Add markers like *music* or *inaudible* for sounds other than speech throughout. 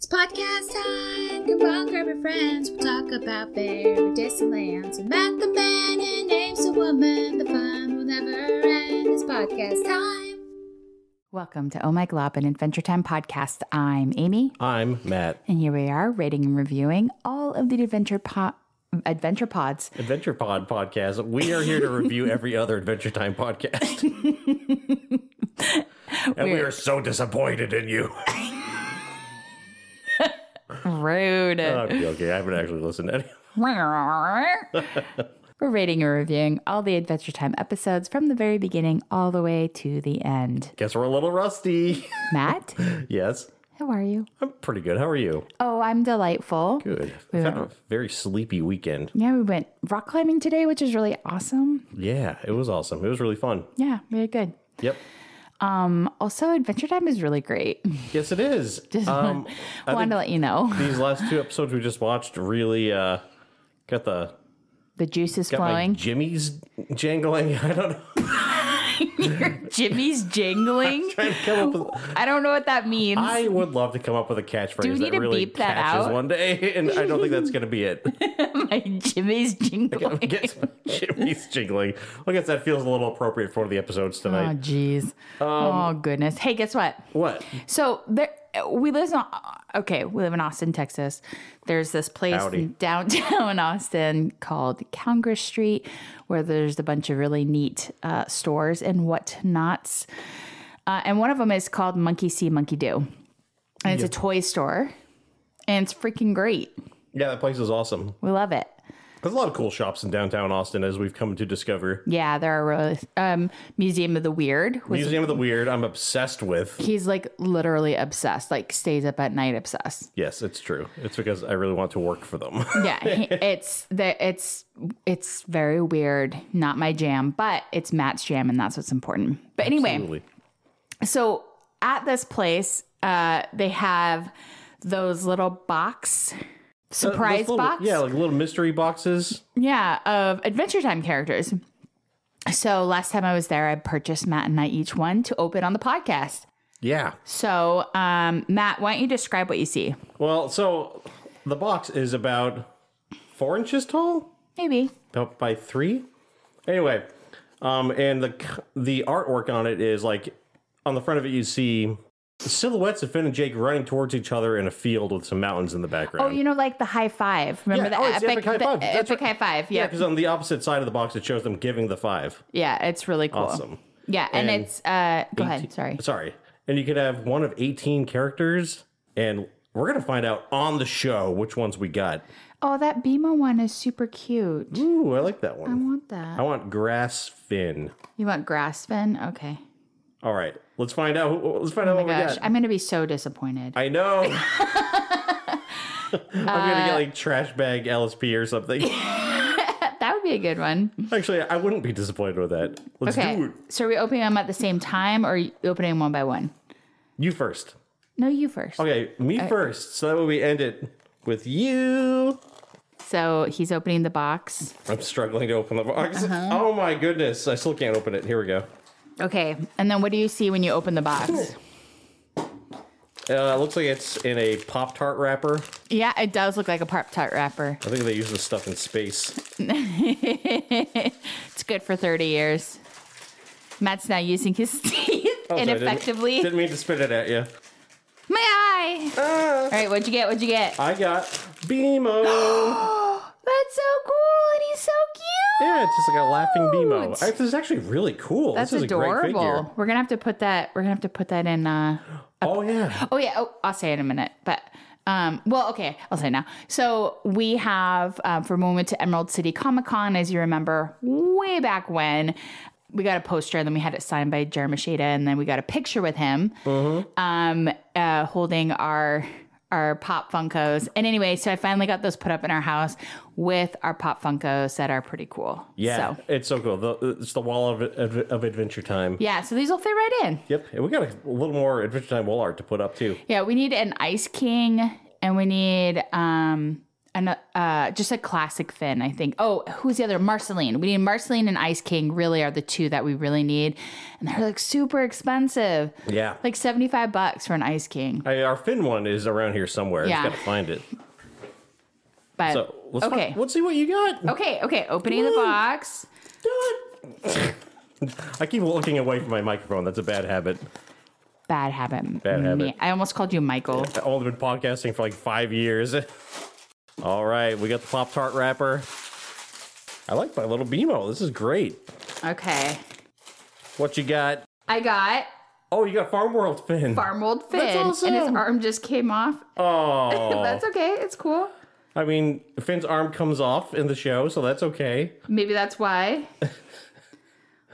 podcast time. Come on, grab your friends. We'll talk about very distant lands. We met the man and names the woman. The fun will never end. It's podcast time. Welcome to Oh My Glob, an Adventure Time podcast. I'm Amy, I'm Matt. and here we are rating and reviewing all of the adventure po- adventure pods. Adventure Pod podcast. We are here to review every other Adventure Time podcast. and we We're- are so disappointed in you. Rude. okay, Uh, okay, I haven't actually listened *laughs* to any. *laughs* We're rating and reviewing all the Adventure Time episodes from the very beginning all the way to the end. Guess we're a little rusty. *laughs* Matt, yes, how are you? I'm pretty good. How are you? Oh, I'm delightful. Good. I've had a very sleepy weekend. Yeah, we went rock climbing today, which is really awesome. Yeah, it was awesome. It was really fun. Yeah, very good. Um, Yep. Also, Adventure Time is really great. Yes, it is. Um, *laughs* I Wanted to think let you know these last two episodes we just watched really uh, got the the juice is got my *laughs* flowing. jimmies jangling. *laughs* I don't know. Jimmy's jingling. Trying to come up with I don't know what that means. *laughs* I would love to come up with a catchphrase we need that to really beep that catches out? one day, *laughs* and I don't *laughs* think that's going to be it. *laughs* My Jimmy's jingling. Gets my jimmies jingling. I guess that feels a little appropriate for one of the episodes Oh tonight. jeez. Um, oh goodness. Hey, guess what? what? So there, we live in okay. We live in Austin, Texas. There's this place Howdy. in downtown *laughs* Austin called Congress Street, where there's a bunch of really neat uh, stores and whatnots. Uh, and one of them is called Monkey See, Monkey Do, and it's a toy store, and it's freaking great. Yeah, that place is awesome. We love it. There's a lot of cool shops in downtown Austin, as we've come to discover. Yeah, there are really, um, Museum of the Weird was Museum of the Weird, I'm obsessed with. He's like literally obsessed, like stays up at night *laughs* obsessed. Yes, it's true. It's because I really want to work for them. *laughs* Yeah, he, it's the it's it's very weird, not my jam, but it's Matt's jam, and that's what's important. But anyway, Absolutely. so at this place, uh, they have those little box Uh, surprise those little- box, Yeah, like little mystery boxes. yeah, of Adventure Time characters. So last time I was there, I purchased Matt and I each one to open on the podcast. Yeah. So um, Matt, why don't you describe what you see? Well, so the box is about four inches tall. Maybe up by three. Anyway, um, and the c- the artwork on it is like on the front of it you see silhouettes of Finn and Jake running towards each other in a field with some mountains in the background. Oh, you know, like the high five. Remember Yeah, the, oh, it's epic, the epic high the five. That's epic right. high five. yeah, Yeah. because on the opposite side of the box it shows them giving the five. Yeah, it's really cool. Awesome. Yeah, and, And it's uh go ahead, 18 sorry. Sorry. And you could have one of eighteen characters, and we're gonna find out on the show which ones we got. Oh, that Bima one is super cute. Ooh, I like that I one. want that. I want grass Finn. You want Graspin? Okay. All right, let's find out. who- Let's find out what we Oh Gosh, got. I'm gonna be so disappointed. Oh *laughs* I know. I'm gonna Uh, get like trash bag LSP *laughs* or something. that would be a good one. Actually, I wouldn't be disappointed with that. Let's Okay. do it. So are we opening them at the same time or are you opening them one by one? You first. No, you first. Okay, me Uh, first. So that way we end it with you. So he's opening the box. I'm struggling to open the box. Uh-huh. Oh my goodness, I still can't open it. Here we go. Okay. And then what do you see when you open the box? Uh, it looks like it's in a Pop Tart wrapper. Yeah, it does look like a Pop Tart wrapper. I think they use this stuff in space. *laughs* It's good for 30 years. Matt's now using his *laughs* teeth Oh, sorry, didn't- ineffectively. Didn't, mean to spit it at you. My eye! Ah. All right, what'd you get? What'd you get? I got Beemo. That's so cool, and he's so cute! yeah, it's just like a laughing Beemo. I- This is actually really cool. That's this is a great figure. adorable. We're gonna have to put that. We're gonna have to put that in. Uh, Oh yeah. oh yeah. Oh, I'll say it in a minute. But um, well, okay. I'll say it now. So we have um, from when we went to Emerald City Comic Con, as you remember, way back when. We got a poster, and then we had it signed by Jeremy Shada, and then we got a picture with him. um, uh, holding our our pop funkos. And anyway, so I finally got those put up in our house with our pop funkos that are pretty cool. Yeah, So, it's so cool. The, it's the wall of, of, of Adventure Time. yeah. So these will fit right in. Yep, and we got a little more Adventure Time wall art to put up too. Yeah. We need an ice king, and we need um an, uh, just a classic Finn, I think. Oh, who's the other? Marceline. We need Marceline and Ice King. Really are the two that we really need, and they're like super expensive, Yeah. like seventy five bucks for an Ice King. Hey, our Finn one is around here somewhere. Yeah. Yeah. Just gotta find it. But So let's okay, find- let's see what you got. okay, okay. Opening the Woo! box. Do Oh. it. *laughs* I keep looking away from my microphone. That's a bad habit. Bad habit. Bad Me- habit. I almost called you Michael. I've only been podcasting for like five years. *laughs* All right, we got the Pop Tart wrapper. I like my little BMO. This is great. Okay, What you got? I got Oh, you got Farm World Finn. Farm Old Finn, awesome. and his arm just came off. Oh, *laughs* That's okay. It's cool. I mean, Finn's arm comes off in the show, so that's okay. Maybe that's *laughs* why.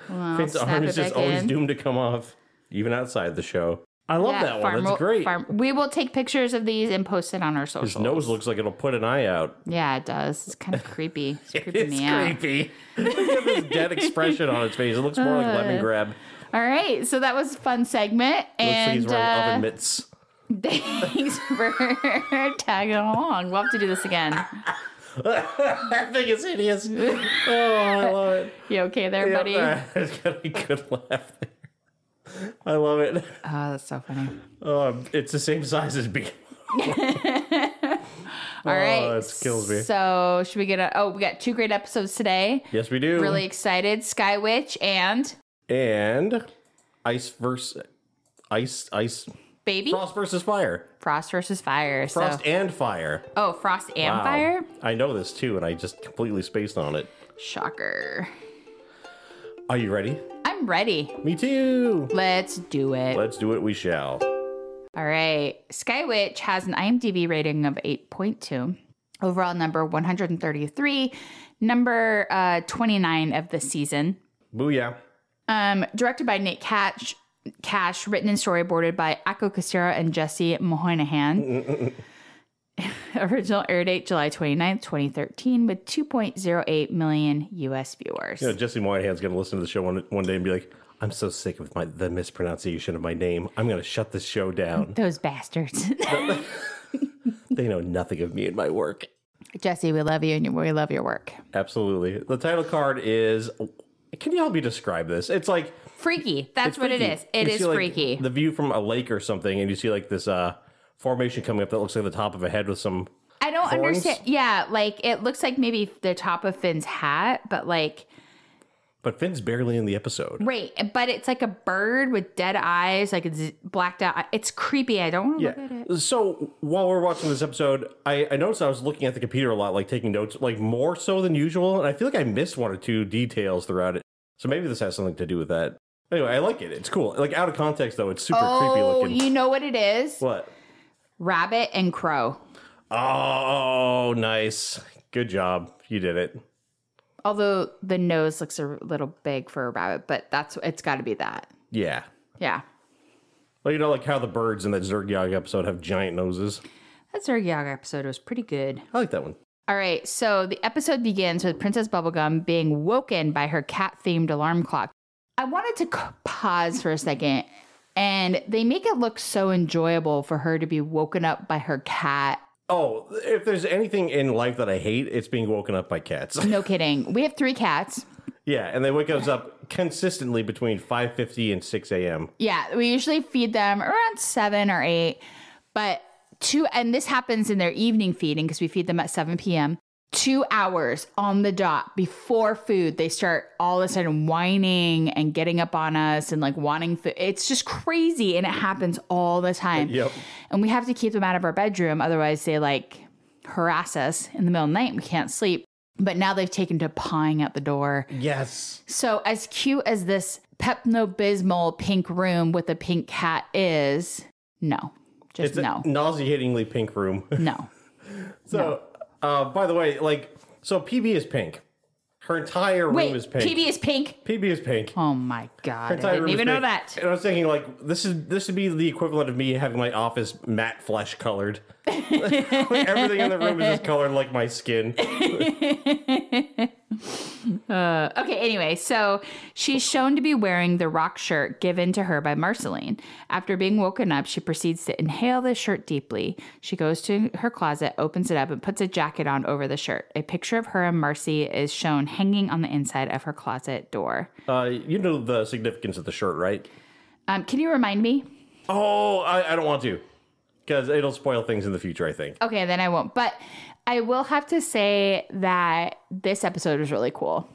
Well, Finn's snap arm it is just back always in. doomed to come off, even outside the show. I love Yeah, that one. farm That's roll- great. farm- we will take pictures of these and post it on our His social. nose looks like it'll put an eye out. Yeah, it does. It's *laughs* kind of creepy. It's creeping It's me out. creepy. *laughs* It's got this dead expression on its face. It looks more like Uh, lemon grab. All right, so that was a fun segment, It looks like he's and wearing oven uh, mitts. *laughs* *laughs* thanks for *laughs* tagging along. We'll have to do this again. That thing is hideous. oh, I love it. You okay there, *laughs* *laughs* buddy? Yeah, it's got a good laugh there. I love it. Oh, that's so funny. Um, it's the same size *laughs* as B. All right, that Oh, kills me. So should we get a? Oh, we got two great episodes today. Yes, we do. Really excited. Sky Witch and And ice versus ice, ice, Baby Frost, frost versus fire, versus Fire. frost so and fire. oh, Frost and Wow. Fire. I know this too, and I just completely spaced on it. Shocker. Are you ready? I'm ready. Me too. Let's do it. Let's do it. We shall. All right. Sky Witch has an IMDb rating of 8.2, overall number 133, number uh, 29 of the season. Booyah. Um, directed by Nate Cash, Cash, written and storyboarded by Akko Casera and Jesse Mohoinahan. *laughs* Original air date July 29th, 2013, with 2.08 million US viewers. You know, Jesse Moynihan's going to listen to the show one, one day and be like, I'm so sick of my the mispronunciation of my name. I'm going to shut this *laughs* show down. *laughs* Those bastards. they know nothing of me and my work. Jesse, we love you and we love your work. Absolutely. The title card is. Can you help me describe this? It's like Freaky. That's it's what freaky. it is. It You is see, like, freaky. The view from a lake or something, and you see like this uh formation coming up that looks like the top of a head with some. I don't Thorns? understand. Yeah, like it looks like maybe the top of Finn's hat, but like But Finn's barely in the episode. right, but it's like a bird with dead eyes, like it's blacked out. It's creepy. I don't want to look at it. So while we're watching this episode, I, I noticed I was looking at the computer a lot, like taking notes, like more so than usual, and I feel like I missed one or two details throughout it. So maybe this has something to do with that. Anyway, I like it. It's cool. Like out of context though, it's super creepy Oh, looking. you know what it is? What? Rabbit and crow. Oh, nice. Good job. You did it. Although the nose looks a little big for a rabbit, but that's it's got to be that. Yeah. Yeah, Well, you know, like how the birds in that Zergyog episode have giant noses. that Zergyog episode was pretty good. I like that one. All right, so the episode begins with Princess Bubblegum being woken by her cat themed alarm clock. I wanted to c- pause for a second, and they make it look so enjoyable for her to be woken up by her cat. Oh, if there's anything in life that I hate, it's being woken up by cats. *laughs* No kidding. We have three cats. yeah, and they wake us up consistently between 5.50 and 6 a.m. Yeah, we usually feed them around seven or eight, but two, and this happens in their evening feeding because we feed them at 7 p.m. Two hours on the dot before food, they start all of a sudden whining and getting up on us and like wanting food. It's just crazy and it happens all the time. Yep. And we have to keep them out of our bedroom. Otherwise, they like harass us in the middle of the night. We can't sleep. But now they've taken to pawing at the door. Yes. So, as cute as this Pepto Bismol pink room with a pink cat is, no, just It's a *laughs* no, nauseatingly pink room. *laughs* no. so, uh, by the way, like, so PB is pink. Her entire room Wait, is pink. PB is pink. PB is pink. Oh my god, Inside I didn't room is even know big. that. And I was thinking, like, this is this would be the equivalent of me having my office matte flesh *laughs* colored. *laughs* Like, everything in the room is just colored like my skin. Uh, okay, anyway, so she's shown to be wearing the rock shirt given to her by Marceline. After being woken up, she proceeds to inhale the shirt deeply. She goes to her closet, opens it up, and puts a jacket on over the shirt. A picture of her and Marcy is shown hanging on the inside of her closet door. Uh, you know the significance of the shirt, right? Um, can you remind me? Oh, I, I don't want to, because it'll spoil things in the future. I think. Okay, then I won't. But I will have to say that this episode was really cool.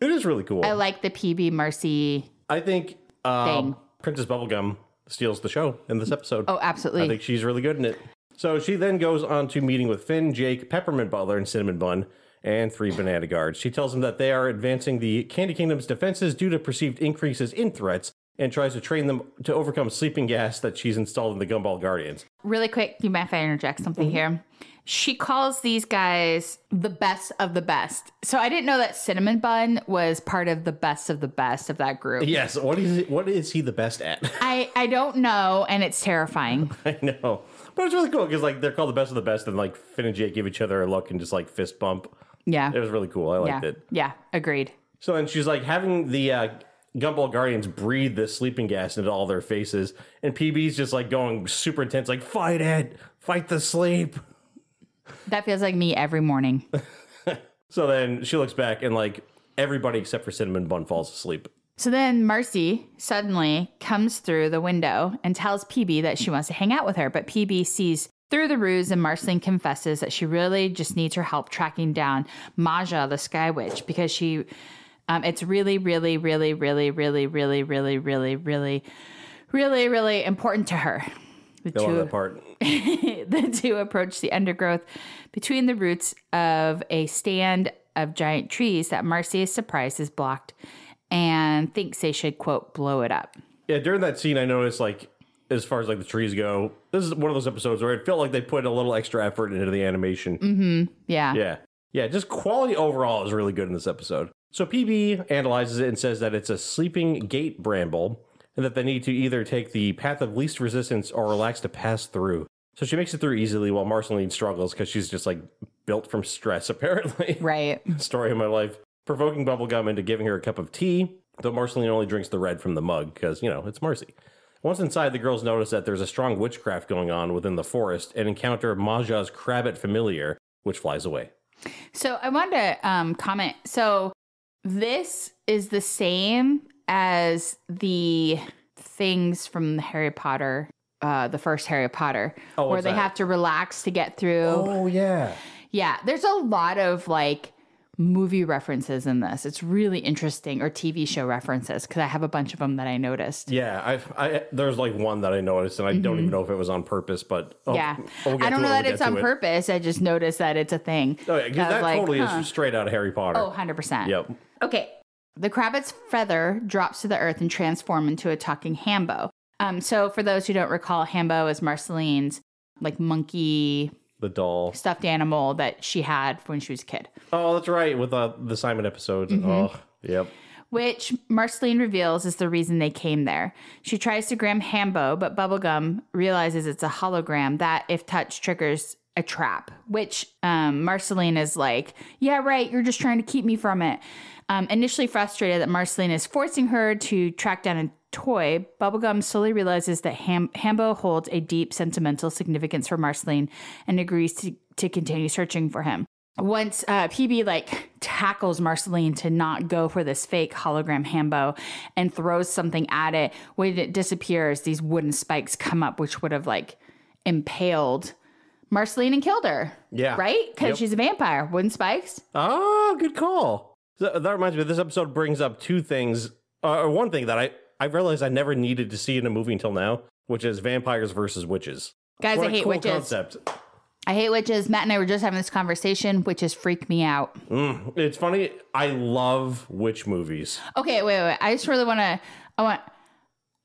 It is really cool. I I, like the PB Marcy think thing. um, Princess Bubblegum steals the show in this episode. Oh, absolutely. I think she's really good in it. So she then goes on to meeting with Finn, Jake, Peppermint Butler, and Cinnamon Bun, and three banana guards. She tells them that they are advancing the Candy Kingdom's defenses due to perceived increases in threats and tries to train them to overcome sleeping gas that she's installed in the Gumball Guardians. really quick, you mind if I interject Mhm. something here? She calls these guys the best of the best. So I didn't know that Cinnamon Bun was part of the best of the best of that group. Yes, what is it, what is he the best at? *laughs* I, I don't know, and it's terrifying. I know. But it's really cool because like they're called the best of the best and like Finn and Jake give each other a look and just like fist bump. Yeah. It was really cool. I yeah. liked it. Yeah. Agreed. So then she's like having the uh, Gumball Guardians breathe this sleeping gas into all their faces, and PB's just like going super intense, like fight it, fight the sleep. That feels like me every morning. So then she looks back and like everybody except for Cinnamon Bun falls asleep. So then Marcy suddenly comes through the window and tells PB that she wants to hang out with her, but PB sees through the ruse and Marceline confesses that she really just needs her help tracking down Maja the Sky Witch because she um, it's really, really, really, really, really, really, really, really, really, really, really important to her. The I love two- that part. *laughs* the two approach the undergrowth between the roots of a stand of giant trees that Marcy is surprised is blocked and thinks they should, quote, blow it up. Yeah, during that scene, I noticed like as far as like the trees go, this is one of those episodes where it felt like they put a little extra effort into the animation. Yeah. Yeah. Yeah, just quality overall is really good in this episode. So PB analyzes it and says that it's a sleeping gate bramble and that they need to either take the path of least resistance or relax to pass through. So she makes it through easily while Marceline struggles because she's just like built from stress, *laughs* apparently. Right. Story of my life. Provoking Bubblegum into giving her a cup of tea, though Marceline only drinks the red from the mug because, you know, it's Marcy. Once inside, the girls notice that there's a strong witchcraft going on within the forest and encounter Maja's Crabbit familiar, which flies away. So I wanted to um, comment. So this is the same as the things from Harry Potter, uh, the first Harry Potter, Oh, where what's they that? have to relax to get through. Oh yeah. Yeah, there's a lot of like movie references in this. It's really interesting, or TV show references, because I have a bunch of them that I noticed. Yeah, I've, I there's like one that I noticed, and I don't even know if it was on purpose, but oh, Mm-hmm. yeah, we'll get I don't to know it, that we'll it's get on to it. purpose. I just noticed that it's a thing. Oh, yeah, 'cause I was that like, totally huh. is straight out of Harry Potter. Oh, 100%. Yep. Okay. The crabbit's feather drops to the earth and transforms into a talking hambo. Um, so, for those who don't recall, hambo is Marceline's like monkey The doll. stuffed animal that she had when she was a kid. Oh, that's right, with uh, the Simon episode. Mm-hmm. Oh, yep. which Marceline reveals is the reason they came there. She tries to gram Hambo, but Bubblegum realizes it's a hologram that, if touched, triggers a trap, which um, Marceline is like, Yeah, right, you're just trying to keep me from it. Um, initially frustrated that Marceline is forcing her to track down a toy, Bubblegum slowly realizes that Ham- Hambo holds a deep sentimental significance for Marceline and agrees to, to continue searching for him once uh, PB like tackles Marceline to not go for this fake hologram hambo and throws something at it, when it disappears, these wooden spikes come up, which would have like impaled Marceline and killed her. Yeah. Right? Because Yep. she's a vampire. Wooden spikes. Oh, good call. So that reminds me. This episode brings up two things, uh, or one thing that I I realized I never needed to see in a movie until now, which is vampires versus witches. Guys, I What a hate cool witches. concept. I hate witches. Matt and I were just having this conversation. Witches freak me out. Mm, it's funny. I love witch movies. Okay, wait, wait. I just really want to. I want.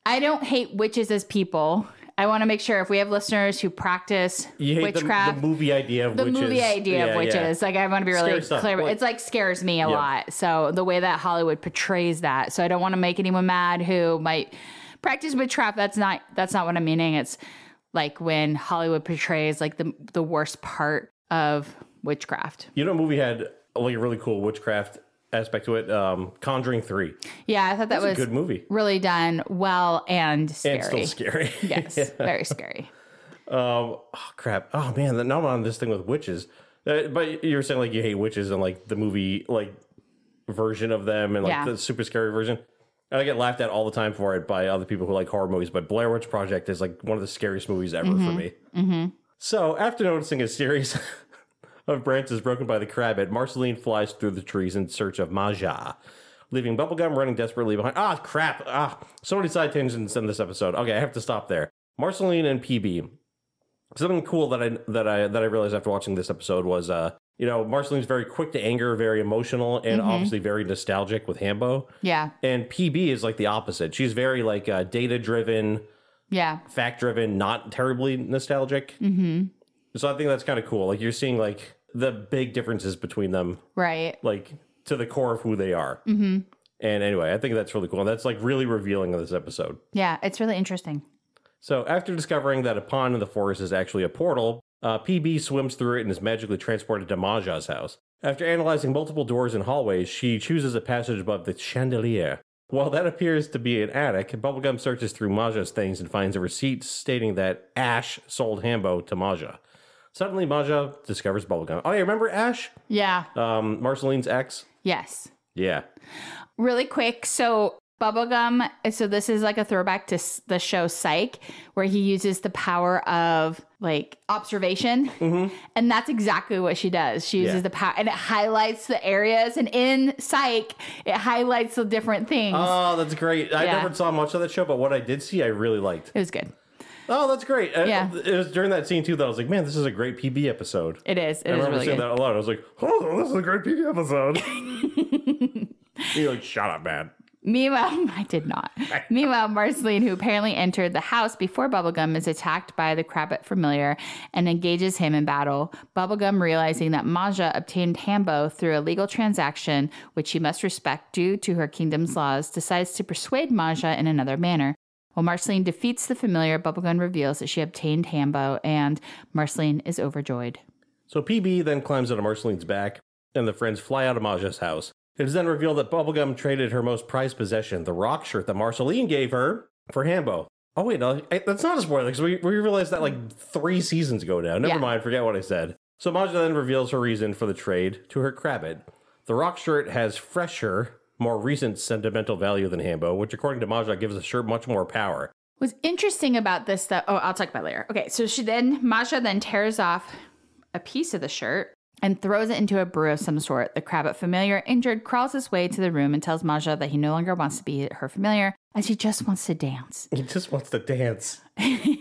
I don't hate witches as people. I want to make sure if we have listeners who practice You hate the- witchcraft. The, movie idea of the witches. movie idea Yeah, of yeah. witches. Like I want to be really Scary stuff. clear. Like- it's like scares me a lot. So the way that Hollywood portrays that. So I don't want to make anyone mad who might practice witchcraft. That's not that's not what I'm meaning. It's like when Hollywood portrays like the the worst part of witchcraft. oh, You know, a movie had like a really cool witchcraft aspect to it. Um, Conjuring Three, Yeah, I thought that It's was a good movie really done well and scary. and still *laughs* scary. *laughs* Yes, very scary. Um, oh crap. Oh man, now I'm on this thing with witches. Uh, but you were saying like you hate witches and like the movie like version of them and like Yeah. the super scary version. And I get laughed at all the time for it by other people who like horror movies, but Blair Witch Project is like one of the scariest movies ever for me. Mm-hmm. So after noticing a series *laughs* of branches broken by the crab, it Marceline flies through the trees in search of Maja, leaving Bubblegum running desperately behind. Ah, crap! Ah, so many side tangents in this episode. Okay, I have to stop there. Marceline and PB something cool that I that I that I realized after watching this episode was uh you know Marceline's very quick to anger, very emotional, and obviously very nostalgic with Hambo. Yeah, And PB is like the opposite. She's very like uh, data driven, yeah, fact driven, not terribly nostalgic. Mm-hmm. So I think that's kind of cool. Like you're seeing like the big differences between them, right. like to the core of who they are. Mm-hmm. And anyway, I think that's really cool. And that's like really revealing in this episode. Yeah, it's really interesting. So, after discovering that a pond in the forest is actually a portal, uh, PB swims through it and is magically transported to Maja's house. After analyzing multiple doors and hallways, she chooses a passage above the chandelier. While that appears to be an attic, Bubblegum searches through Maja's things and finds a receipt stating that Ash sold Hambo to Maja. Suddenly, Maja discovers Bubblegum. Oh, yeah, remember Ash? Yeah, Um, Marceline's ex? yes. Yeah. really quick so bubblegum so this is like a throwback to s- the show psych where he uses the power of like observation and that's exactly what she does she uses Mm-hmm. Yeah. the power and it highlights the areas and in psych it highlights the different things Oh, that's great. I Yeah. never saw much of that show, but what I did see, I really liked. it was good Oh, that's great. I- Yeah. It was during that scene, too, that I was like, man, this is a great PB episode. it is It I is remember really saying good that a lot. I was like, oh, this is a great *laughs* PB episode. You're like, shut up, man. Meanwhile, *laughs* I did not. Meanwhile, Marceline, who apparently entered the house before Bubblegum, is attacked by the Crabbit Familiar and engages him in battle. Bubblegum, realizing that Maja obtained Hambo through a legal transaction, which she must respect due to her kingdom's laws, decides to persuade Maja in another manner. While Marceline defeats the familiar, Bubblegum reveals that she obtained Hambo, and Marceline is overjoyed. So PB then climbs onto Marceline's back, and the friends fly out of Maja's house. It is then revealed that Bubblegum traded her most prized possession, the rock shirt that Marceline gave her, for Hambo. Oh, wait, no, I- that's not a spoiler, because we, we realized that like three seasons ago now. Never Yeah. mind, forget what I said. So Maja then reveals her reason for the trade to her crabbit. The rock shirt has fresher, more recent sentimental value than Hambo, which according to Maja gives the shirt much more power. What's interesting about this, though, oh, I'll talk about it later. Okay, so she then, Masha then tears off a piece of the shirt and throws it into a brew of some sort. The Crabbit familiar, injured, crawls his way to the room and tells Maja that he no longer wants to be her familiar, as he just wants to dance. *laughs* He just wants to dance.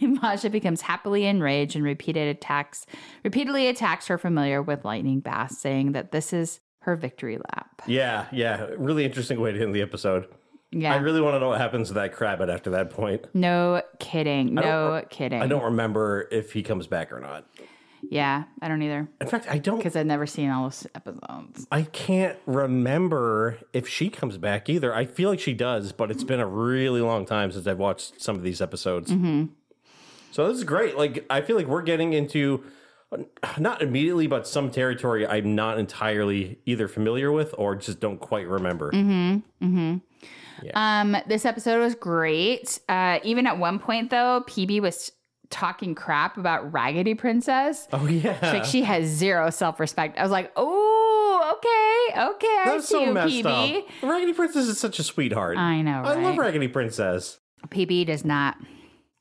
Maja becomes happily enraged and repeated attacks, repeatedly attacks her familiar with lightning bass, saying that this is her victory lap. Yeah, yeah. Really interesting way to end the episode. Yeah, I really want to know what happens to that crabbit after that point. no kidding, don't- no kidding. I don't remember if he comes back or not. Yeah, I don't either In fact, I don't. because I've never seen all those episodes. I can't remember if she comes back either. I feel like she does, but it's been a really long time since I've watched some of these episodes. Mm-hmm. So this is great. Like I feel like we're getting into not immediately, but some territory I'm not entirely either familiar with or just don't quite remember. Mm-hmm. Um, this episode was great. Uh, even at one point though, PB was talking crap about Raggedy Princess. Oh yeah, Like she has zero self respect. I was like, oh, okay, okay, I that's see so you, messed PB. up. Raggedy Princess is such a sweetheart. I know, I love right? Raggedy Princess. PB does not.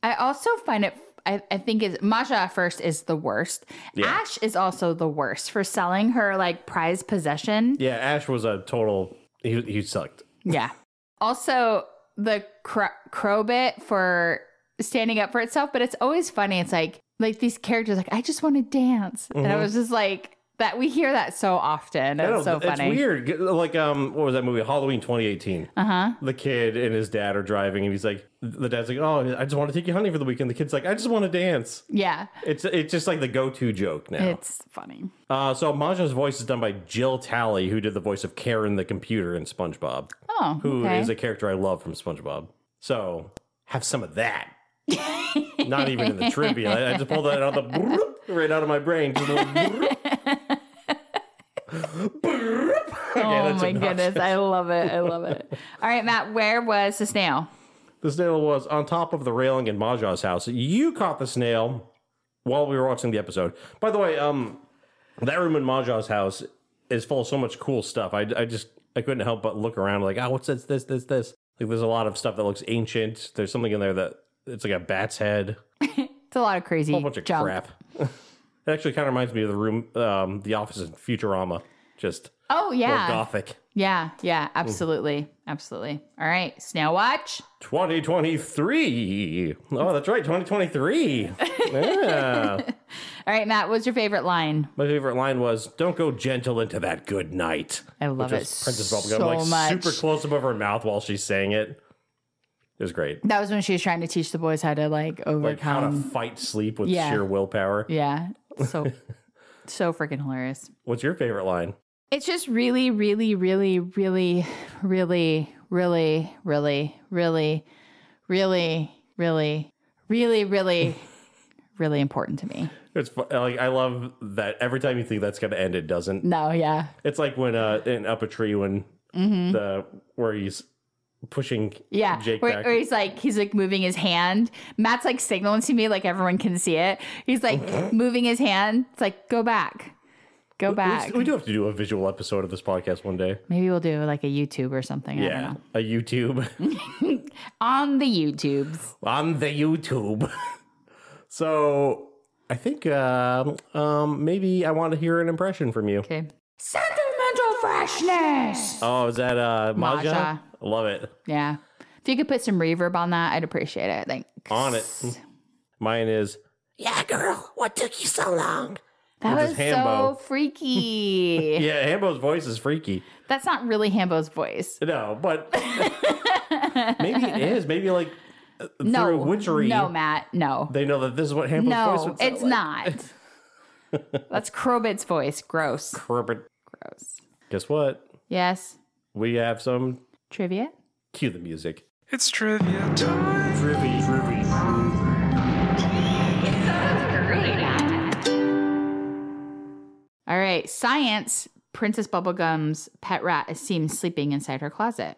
I also find it. I, I think is Masha at first is the worst. Ash is also the worst for selling her like prized possession. Yeah, Ash was a total. He he sucked. Yeah. Also, the cro- crowbit for standing up for itself, but it's always funny. It's like like these characters, like I just want to dance, and I Mm-hmm. was just like that. We hear that so often. I It's so don't- funny. It's weird. G- Like, um, what was that movie? *laughs* Halloween 2018. Uh huh. The kid and his dad are driving, and he's like, the dad's like, "Oh, I just want to take you hunting for the weekend." The kid's like, "I just want to dance." Yeah, It's it's just like the go-to joke now. it's funny. Uh, so Maja's voice is done by Jill Talley, who did the voice of Karen the computer in SpongeBob, Oh, who is okay. a character I love from SpongeBob. So have some of *laughs* that. Not even in the trivia. I, I just pulled that out of the *laughs* right out of my brain. Just a little oh oh that's my enough. goodness. I love it. I love *laughs* it. All right, Matt, where was the snail? The snail was on top of the railing in Maja's house. You caught the snail while we were watching the episode. By the way, um, that room in Maja's house is full of so much cool stuff. I, I just I couldn't help but look around like, oh, what's this, this, this, this? Like, there's a lot of stuff that looks ancient. There's something in there that it's like a bat's head, It's a lot of crazy. a bunch of junk. crap. *laughs* it actually kind of reminds me of the room, um, the office in Futurama, just Oh more yeah. gothic. Yeah, Mm. yeah, absolutely. Absolutely. All right. Snail watch. 2023. Oh, that's right, 2023. Yeah. All right, Matt, what's your favorite line? My favorite line was, "Don't go gentle into that good night." I love Which it was Princess so Bubblegum, like much. super close above her mouth while she's saying it. It was great. That was when she was trying to teach the boys how to like Like how to overcome. fight sleep with Yeah. sheer willpower. yeah. *laughs* So so freaking hilarious. What's your favorite line? It's just really, really, really, really, really, really, really, really, really, really, really, really, really important to me. It's fu- like I love that every time you think that's gonna end, it doesn't. No, yeah. Mm-hmm. It's like when uh in Up a Tree when the where he's pushing Yeah, Jake where, back. where he's like he's like moving his hand. Matt's like signaling to me like everyone can see it. He's *laughs* like moving his hand. It's like go back, go We- back. We, do have to do a visual episode of this podcast one day. Maybe we'll do like a YouTube or something. I don't know. a YouTube. On the YouTubes. on the YouTube. *laughs* so I think um, um, maybe I want to hear an impression from you. Okay. Sentimental freshness. Oh, is that uh, Maja? Maja. Love it. Yeah. If you could put some reverb on that, I'd appreciate it. I think On it. Mine is. Yeah, girl. What took you so long? that Which is was so Hambo. *laughs* freaky. Yeah, Hambo's voice is freaky. That's not really Hambo's voice. No, but *laughs* maybe it is. Maybe like uh, through No, witchery, no, Matt, no. they know that this is what Hambo's voice No, would sound it's like. not. *laughs* That's Krobit's voice. Gross. Herbert, Gross. guess what? Yes. We have some. Trivia? Cue the music. It's trivia time. All right. Science. Princess Bubblegum's pet rat is seen sleeping inside her closet.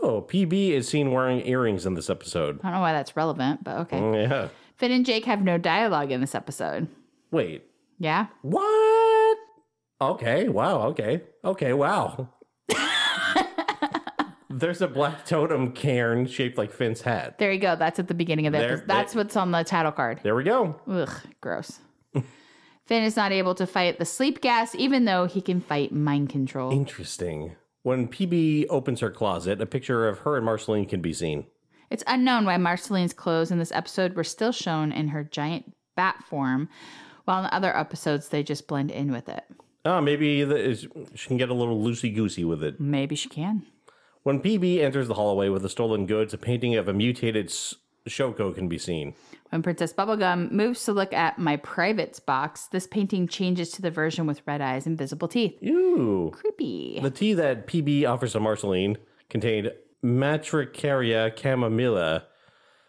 Oh, PB is seen wearing earrings in this episode. Mm, I don't know why that's relevant, but okay. Yeah. Finn and Jake have no dialogue in this episode. Wait, Yeah? what? Okay, wow, okay, okay, wow. There's a black totem cairn shaped like Finn's hat. There you go. That's at the beginning of the There- episode. That's what's on the title card. There we go. Ugh, *laughs* gross. Finn is not able to fight the sleep gas, even though he can fight mind control. Interesting. When PB opens her closet, a picture of her and Marceline can be seen. It's unknown why Marceline's clothes in this episode were still shown in her giant bat form, while in other episodes they just blend in with it. Ah, maybe the, is, she can get a little loosey goosey with it. Maybe she can. When PB enters the hallway with the stolen goods, a painting of a mutated S- Shoko can be seen. When Princess Bubblegum moves to look at my privates box, this painting changes to the version with red eyes and visible teeth. Ew. Creepy. The tea that PB offers to Marceline contained Matricaria chamomilla,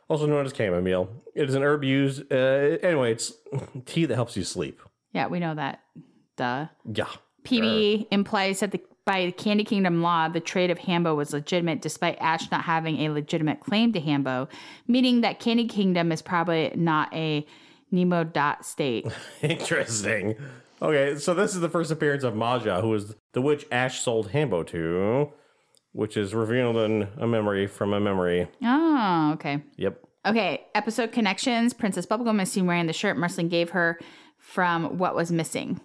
also known as chamomile. It is an herb used, uh, anyway, it's *laughs* tea that helps you sleep. Yeah, we know that. Duh. Yeah. PB implies that the, by the Candy Kingdom law, the trade of Hambo was legitimate despite Ash not having a legitimate claim to Hambo, meaning that Candy Kingdom is probably not a Nemo dot state. Uh, *laughs* Interesting. Okay, so this is the first appearance of Maja, who is the witch Ash sold Hambo to, which is revealed in a memory from a memory. oh, okay. Yep. Okay, episode connections. Princess Bubblegum is seen wearing the shirt Marceline gave her from what was missing.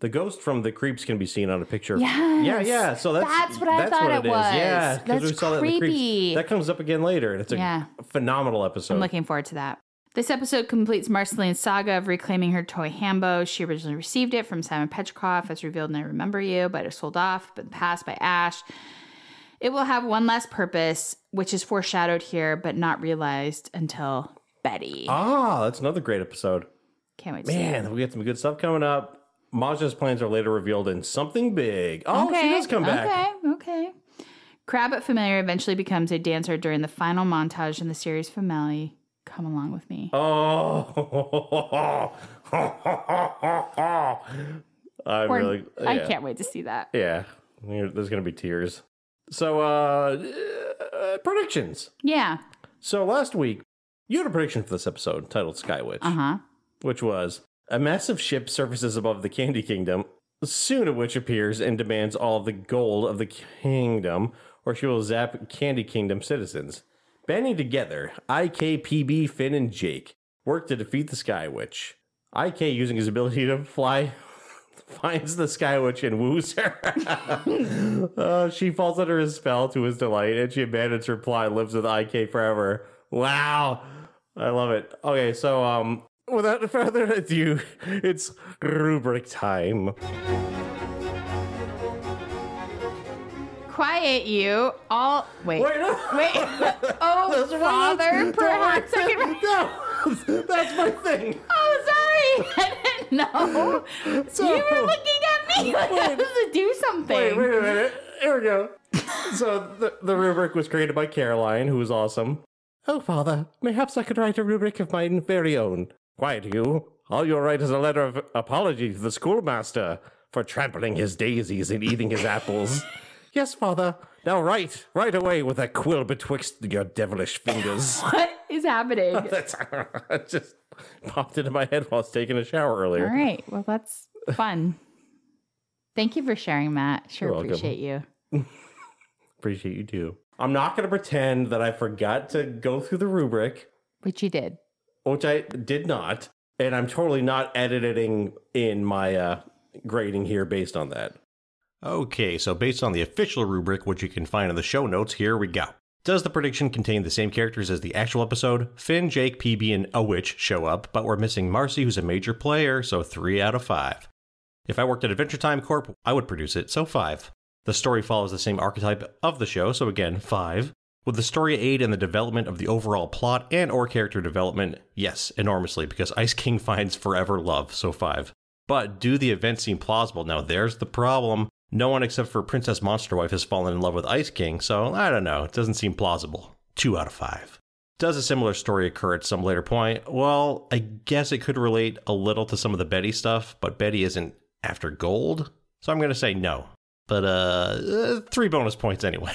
The ghost from the creeps can be seen on a picture. Yeah, Yes. yeah. So that's That's what I thought it is. was. Yeah, 'cause That's we saw that in the Creeps. creepy. That comes up again later, and it's a Yeah. phenomenal episode. I'm looking forward to that. This episode completes Marceline's saga of reclaiming her toy Hambo. She originally received it from Simon Petrikoff, as revealed in I Remember You, but it was sold off, but passed by Ash. It will have one last purpose, which is foreshadowed here, but not realized until Betty. Ah, that's another great episode. Can't wait to see it. Man, we got some good stuff coming up. Maja's plans are later revealed in something big. Oh, okay. she does come back. Okay, okay. Crabbit Familiar eventually becomes a dancer during the final montage in the series Family. Come along with me. *laughs* Oh, I'm Or- really. I yeah. can't wait to see that. Yeah. There- There's gonna be tears. So, uh, uh predictions. Yeah. So last week, you had a prediction for this episode titled Sky Witch, Uh huh. which was a massive ship surfaces above the Candy Kingdom, soon a witch appears and demands all of the gold of the kingdom, or she will zap Candy Kingdom citizens. Banding together, IKPB, Finn, and Jake work to defeat the Sky Witch. IK, using his ability to fly, *laughs* finds the Sky Witch and woos her. *laughs* Uh, she falls under his spell to his delight, and she abandons her plot and lives with IK forever. Wow, I love it. Okay, so um, without *laughs* further ado, it's rubric time. Quiet you. All. Wait. Wait, no, *laughs* Wait. oh, father, Don't worry. *laughs* perhaps I can. No, that's my thing. *laughs* Oh, sorry. *laughs* I didn't know. So- you were looking at me *laughs* like I Wait. was to do something. Wait, wait a minute. Here we go. *laughs* So the, the rubric was created by Caroline, who was awesome. Oh, father, mayhaps I could write a rubric of my very own. Quiet, you. All you'll write is a letter of apology to the schoolmaster for trampling his daisies and eating his *laughs* apples. yes, father. Now write, right away with a quill betwixt your devilish *laughs* fingers. What is happening? All That's it just popped into my head while I was taking a shower earlier. right. Well, that's fun. Thank you for sharing that. Sure You're welcome. appreciate you. Appreciate you too. I'm not going to pretend that I forgot to go through the rubric. Which you did. which I did not, and I'm totally not editing in my uh, grading here based on that. Okay, so based on the official rubric, which you can find in the show notes, here we go. Does the prediction contain the same characters as the actual episode? Finn, Jake, PB, and a witch show up, but we're missing Marcy, who's a major player, so three out of five. If I worked at Adventure Time Corp, I would produce it, so five. The story follows the same archetype of the show, so again, five. Would the story aid in the development of the overall plot and or character development? Yes, enormously, because Ice King *laughs* finds forever love, so five. But do the events seem plausible? Now, there's the problem. No one except for Princess Monster Wife has fallen in love with Ice King, so I don't know. It doesn't seem plausible. Two out of five. Does a similar story occur at some later point? Well, I guess it could relate a little to some of the Betty stuff, but Betty isn't after gold, so I'm going to say no. But uh, uh, three bonus points anyway.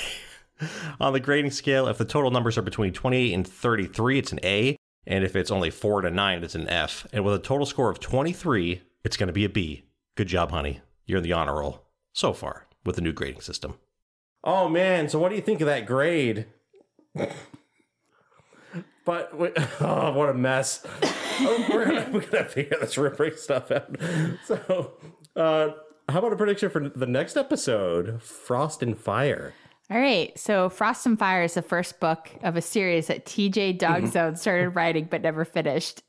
*laughs* On the grading scale, if the total numbers are between 28 and 33, it's an A. And if it's only 4 to 9, it's an F. And with a total score of 23, it's going to be a B. Good job, honey. You're in the honor roll so far with the new grading system. Oh man, so what do you think of that *laughs* grade? but *laughs* wait, oh, what a mess. Oh, we're, gonna, we're gonna figure this rubric stuff out. So, uh, how about a prediction for the next episode? Frost and Fire. All right. So Frost and Fire is the first book of a series that TJ Dogzone started writing but never finished.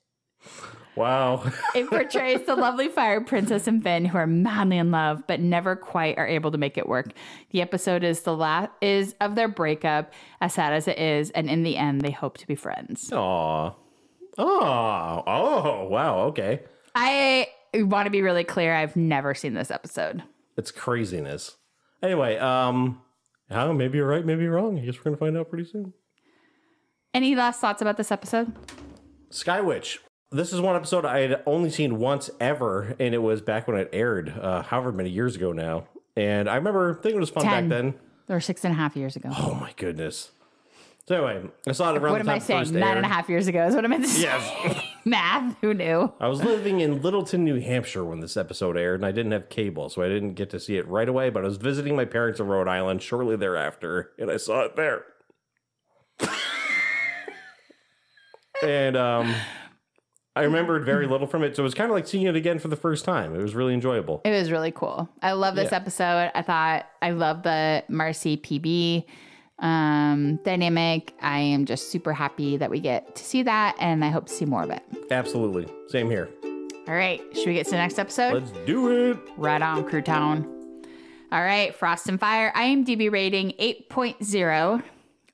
Wow. *laughs* It portrays the lovely fire princess and Finn who are madly in love but never quite are able to make it work. The episode is the last is of their breakup, as sad as it is, and in the end they hope to be friends. Aw. Oh. Oh. Wow. Okay. I want to be really clear, I've never seen this episode. It's craziness. Anyway, um, I don't know, maybe you're right, maybe you're wrong. I guess we're gonna find out pretty soon. Any last thoughts about this episode? Sky Witch. This is one episode I had only seen once ever, and it was back when it aired, uh, however many years ago now. And I remember thinking it was fun Ten. back then. Or six and a half years ago. Oh my goodness. So anyway, I saw it what around the am time I saying? first Nine aired. and a half years ago is what I meant to say. Yes. *laughs* Math. Who knew? I was living in Littleton, New Hampshire when this episode aired, and I didn't have cable, so I didn't get to see it right away, but I was visiting my parents in Rhode Island shortly thereafter, and I saw it there. and um, I remembered very little from it, so it was kind of like seeing it again for the first time. It was really enjoyable. It was really cool. I love this Yeah. episode. I thought I love the Marcy PB um, dynamic. I am just super happy that we get to see that, and I hope to see more of it. Absolutely. Same here. All right, should we get to the next episode? Let's do it. Right on, Crew Town. All right, Frost and Fire. IMDb rating 8.0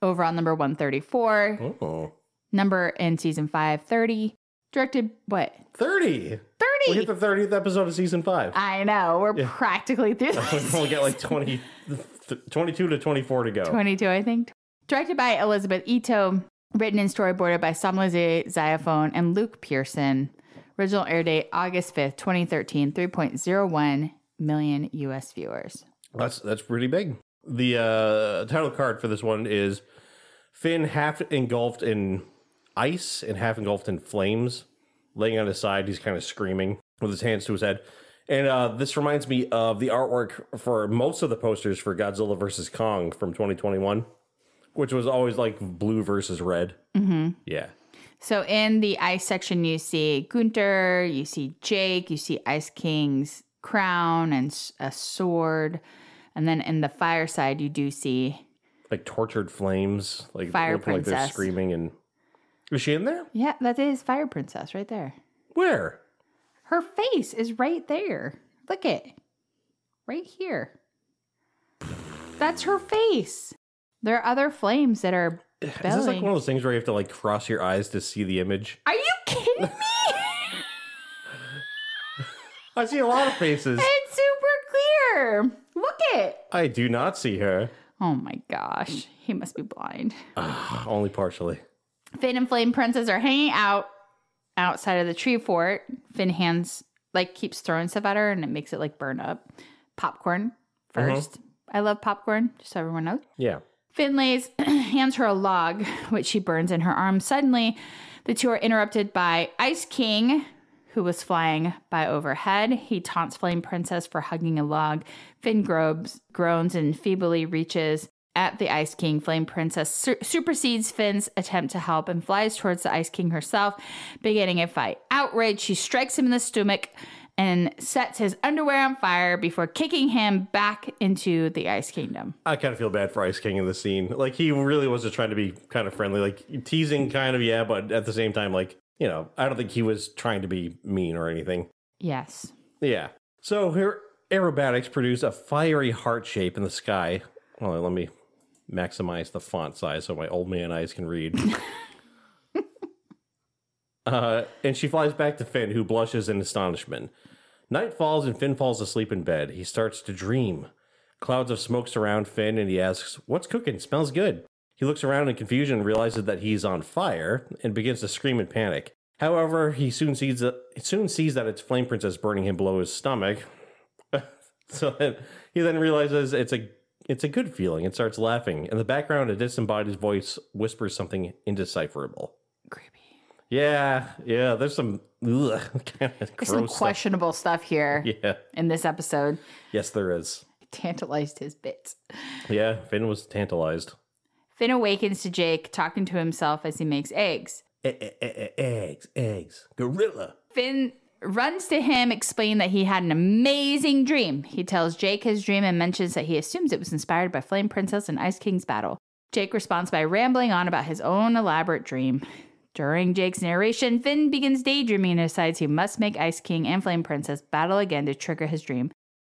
over on number 134. Oh, Number in season 5, 30. Directed, what? 30. We 30! hit the 30th episode of season five. I know, we're practically *laughs* through we this. only got like 20, 22 to 24 to go. 22, I think. Directed by Elizabeth Ito, written and storyboarded by Samlaze Xiophone and Luke Pearson. oh Original air date August 5th, 2013, 3.01 million US viewers. That's that's pretty big. The uh, title card for this one is Finn half engulfed in ice and half engulfed in flames, laying on his side. He's kind of screaming with his hands to his head. And uh, this reminds me of the artwork for most of the posters for Godzilla versus Kong from 2021, which was always like blue versus red. Mm-hmm. Yeah. So in the ice section, you see Gunter, you see Jake, you see Ice King's crown and s- a sword, and then in the fireside, you do see Like tortured flames, like Fire looking like they're Princess. screaming. And is she in there? yeah, that is Fire Princess right there. Where? Her face is right there. Look it, right here. That's her face. There are other flames that are Is this like belly. one of those things where you have to like cross your eyes to see the image? Are you *laughs* kidding me? I see a lot of *laughs* faces. it's super clear. Look it. I do not see her. Oh my gosh. He must be blind. Ah, Only partially. Finn and Flame Princess are hanging out outside of the tree fort. Finn hands like keeps throwing stuff at her and it makes it like burn up. Popcorn Uh-huh. 1st I love popcorn, just so everyone knows. Yeah. Finn lays *clears throat* hands her a log, which she burns in her arm. Suddenly, the two are interrupted by Ice King, who was flying by overhead. He taunts Flame Princess for hugging a log. Finn grobes, groans and feebly reaches at the Ice King. Flame Princess su- supersedes Finn's attempt to help and flies towards the Ice King herself, beginning a fight. Outraged, she strikes him in the stomach and sets his underwear on fire before kicking him back into the Ice Kingdom. I kind of feel bad for Ice King in this scene. Like he really was just trying to be kind of friendly, like teasing kind of, yeah, but at the same time, like, you know, I don't think he was trying to be mean or anything. Yes. Yeah. So her aerobatics produce a fiery heart shape in the sky. Well, let me maximize the font size so my old man eyes can read. uh, and she flies back to Finn, who blushes in astonishment. Night falls and Finn falls asleep in bed. He starts to dream. Clouds of smoke surround Finn and he asks, What's cooking? Smells good. He looks around in confusion and realizes that he's on fire and begins to scream in panic. However, he soon sees that, soon sees that it's Flame Princess burning him below his stomach. *laughs* so then, he then realizes it's a it's a good feeling and starts laughing. In the background, a disembodied voice whispers something indecipherable. Creepy. Yeah, yeah. There's some ugh, *laughs* kind of gross There's some stuff. questionable stuff, here Yeah, in this episode. *laughs* yes, there is. Tantalized his bits. Yeah, Finn was tantalized. Finn awakens to Jake talking to himself as he makes eggs. E-, Eggs, eggs, gorilla. Finn runs to him, explaining that he had an amazing dream. He tells Jake his dream and mentions that he assumes it was inspired by Flame Princess and Ice King's battle. Jake responds by rambling on about his own elaborate dream. During Jake's narration, Finn begins daydreaming and decides he must make Ice King and Flame Princess battle again to trigger his dream.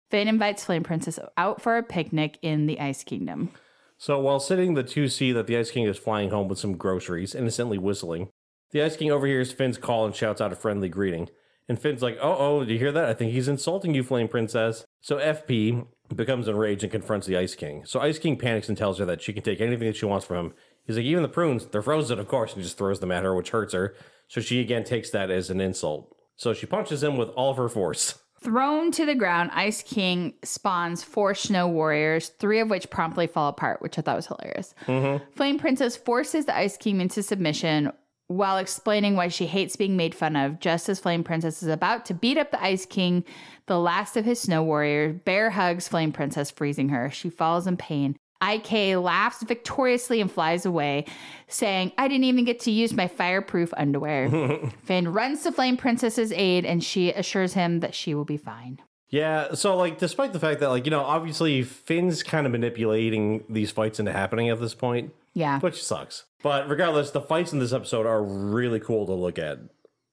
Finn invites Flame Princess out for a picnic in the Ice Kingdom. So while sitting, the two see that the Ice King is flying home with some groceries, innocently whistling. The Ice King overhears Finn's call and shouts out a friendly greeting. And Finn's like, oh, oh, do you hear that? I think he's insulting you, Flame Princess. So FP becomes enraged and confronts the Ice King. So Ice King panics and tells her that she can take anything that she wants from him. He's like, even the prunes, they're frozen, of course, and just throws them at her, which hurts her. So she again takes that as an insult. So she punches him with all of her force. *laughs* Thrown to the ground, Ice King spawns four snow warriors, three of which promptly fall apart, which I thought was hilarious. Flame Princess forces the Ice King into submission while explaining why she hates being made fun of. Just as Flame Princess is about to beat up the Ice King, the last of his snow warriors, Bear hugs Flame Princess, freezing her. She falls in pain. IK laughs victoriously and flies away, saying, I didn't even get to use my fireproof underwear. Finn runs to Flame Princess's aid and she assures him that she will be fine. Yeah, so like despite the fact that like, you know, obviously Finn's kind of manipulating these fights into happening at this point, Yeah. which sucks. But regardless, the fights in this episode are really cool to look at.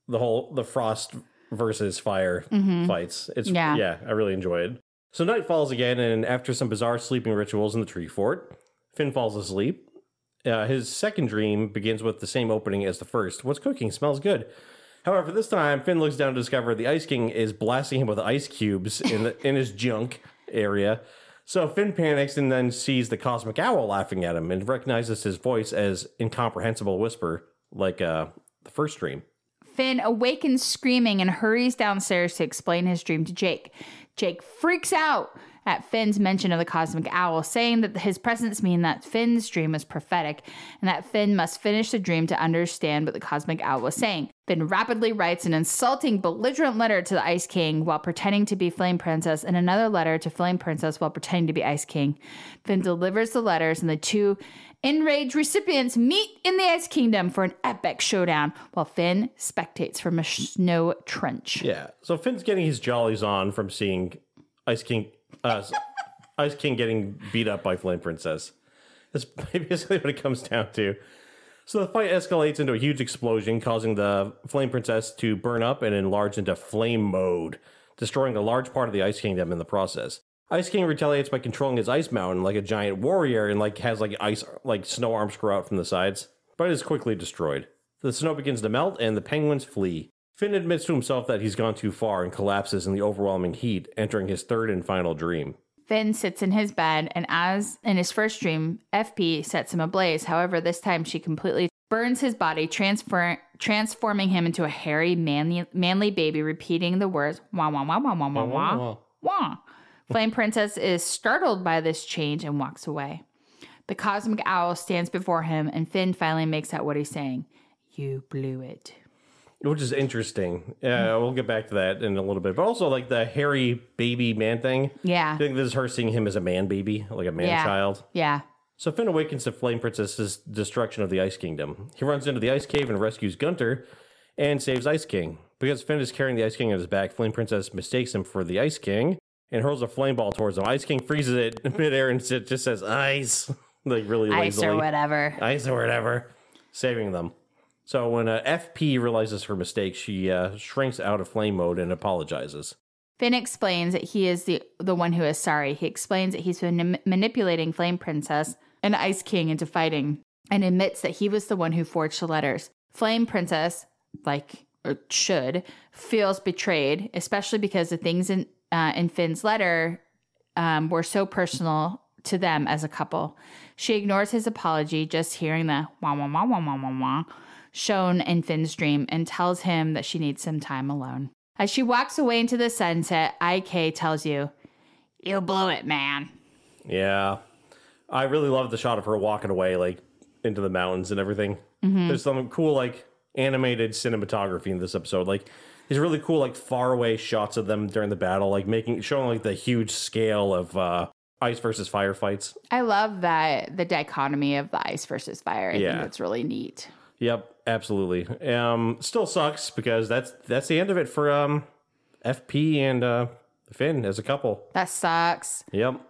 The whole the frost versus fire fights. It's yeah. Yeah. I really enjoy it. So night falls again and after some bizarre sleeping rituals in the tree fort, Finn falls asleep. Uh, his second dream begins with the same opening as the first. What's cooking smells good. However, this time Finn looks down to discover the Ice King is blasting him with ice cubes in the, in his junk area. So Finn panics and then sees the cosmic owl laughing at him and recognizes his voice as incomprehensible whisper, like uh, the first dream. Finn awakens screaming and hurries downstairs to explain his dream to Jake. Jake freaks out at Finn's mention of the cosmic owl, saying that his presence means that Finn's dream was prophetic and that Finn must finish the dream to understand what the cosmic owl was saying. Finn rapidly writes an insulting, belligerent letter to the Ice King while pretending to be Flame Princess and another letter to Flame Princess while pretending to be Ice King. Finn delivers the letters and the two enraged recipients meet in the Ice Kingdom for an epic showdown while Finn spectates from a snow trench. Yeah. So Finn's getting his jollies on from seeing Ice King, uh, s- Ice King getting beat up by Flame Princess. That's *laughs* basically what it comes down to. So the fight escalates into a huge explosion, causing the Flame Princess to burn up and enlarge into flame mode, destroying a large part of the Ice Kingdom in the process. Ice King retaliates by controlling his ice mountain like a giant warrior and like has like ice like snow arms grow out from the sides, but is quickly destroyed. The snow begins to melt and the penguins flee. Finn admits to himself that he's gone too far and collapses in the overwhelming heat, entering his third and final dream. Finn sits in his bed, and as in his first dream, FP sets him ablaze. However, this time she completely burns his body, transfer- transforming him into a hairy, manly, manly baby, repeating the words wah wah wah wah wah wah wah wah. Flame Princess is startled by this change and walks away. The cosmic owl stands before him, and Finn finally makes out what he's saying. You blew it. Which is interesting. Mm-hmm. Yeah, we'll get back to that in a little bit. But also, like the hairy baby man thing. Yeah. I think this is her seeing him as a man baby, like a man Yeah. child. Yeah. So Finn awakens to Flame Princess's destruction of the Ice Kingdom. He runs into the Ice Cave and rescues Gunter and saves Ice King. Because Finn is carrying the Ice King on his back, Flame Princess mistakes him for the Ice King and hurls a flame ball towards him. Ice King freezes it in midair and it just says ice, *laughs* like really Ice lazily. or whatever. Ice or whatever, saving them. So when uh, FP realizes her mistake, she uh, shrinks out of flame mode and apologizes. Finn explains that he is the the one who is sorry. He explains that he's been ma- manipulating Flame Princess and Ice King into fighting, and admits that he was the one who forged the letters. Flame Princess, like or should, feels betrayed, especially because the things in uh, in Finn's letter um, were so personal to them as a couple. She ignores his apology, just hearing the wah wah wah wah wah wah wah shown in Finn's dream and tells him that she needs some time alone. As she walks away into the sunset, IK tells you, You blew it, man. Yeah. I really love the shot of her walking away, like into the mountains and everything. There's some cool, like, animated cinematography in this episode. Like, these really cool, like, faraway shots of them during the battle, like, making showing, like, the huge scale of uh, ice versus firefights. I love that the dichotomy of the ice versus fire. I Yeah. think it's really neat. Yep, absolutely. Um, still sucks because that's that's the end of it for um, FP and uh, Finn as a couple. That sucks. Yep,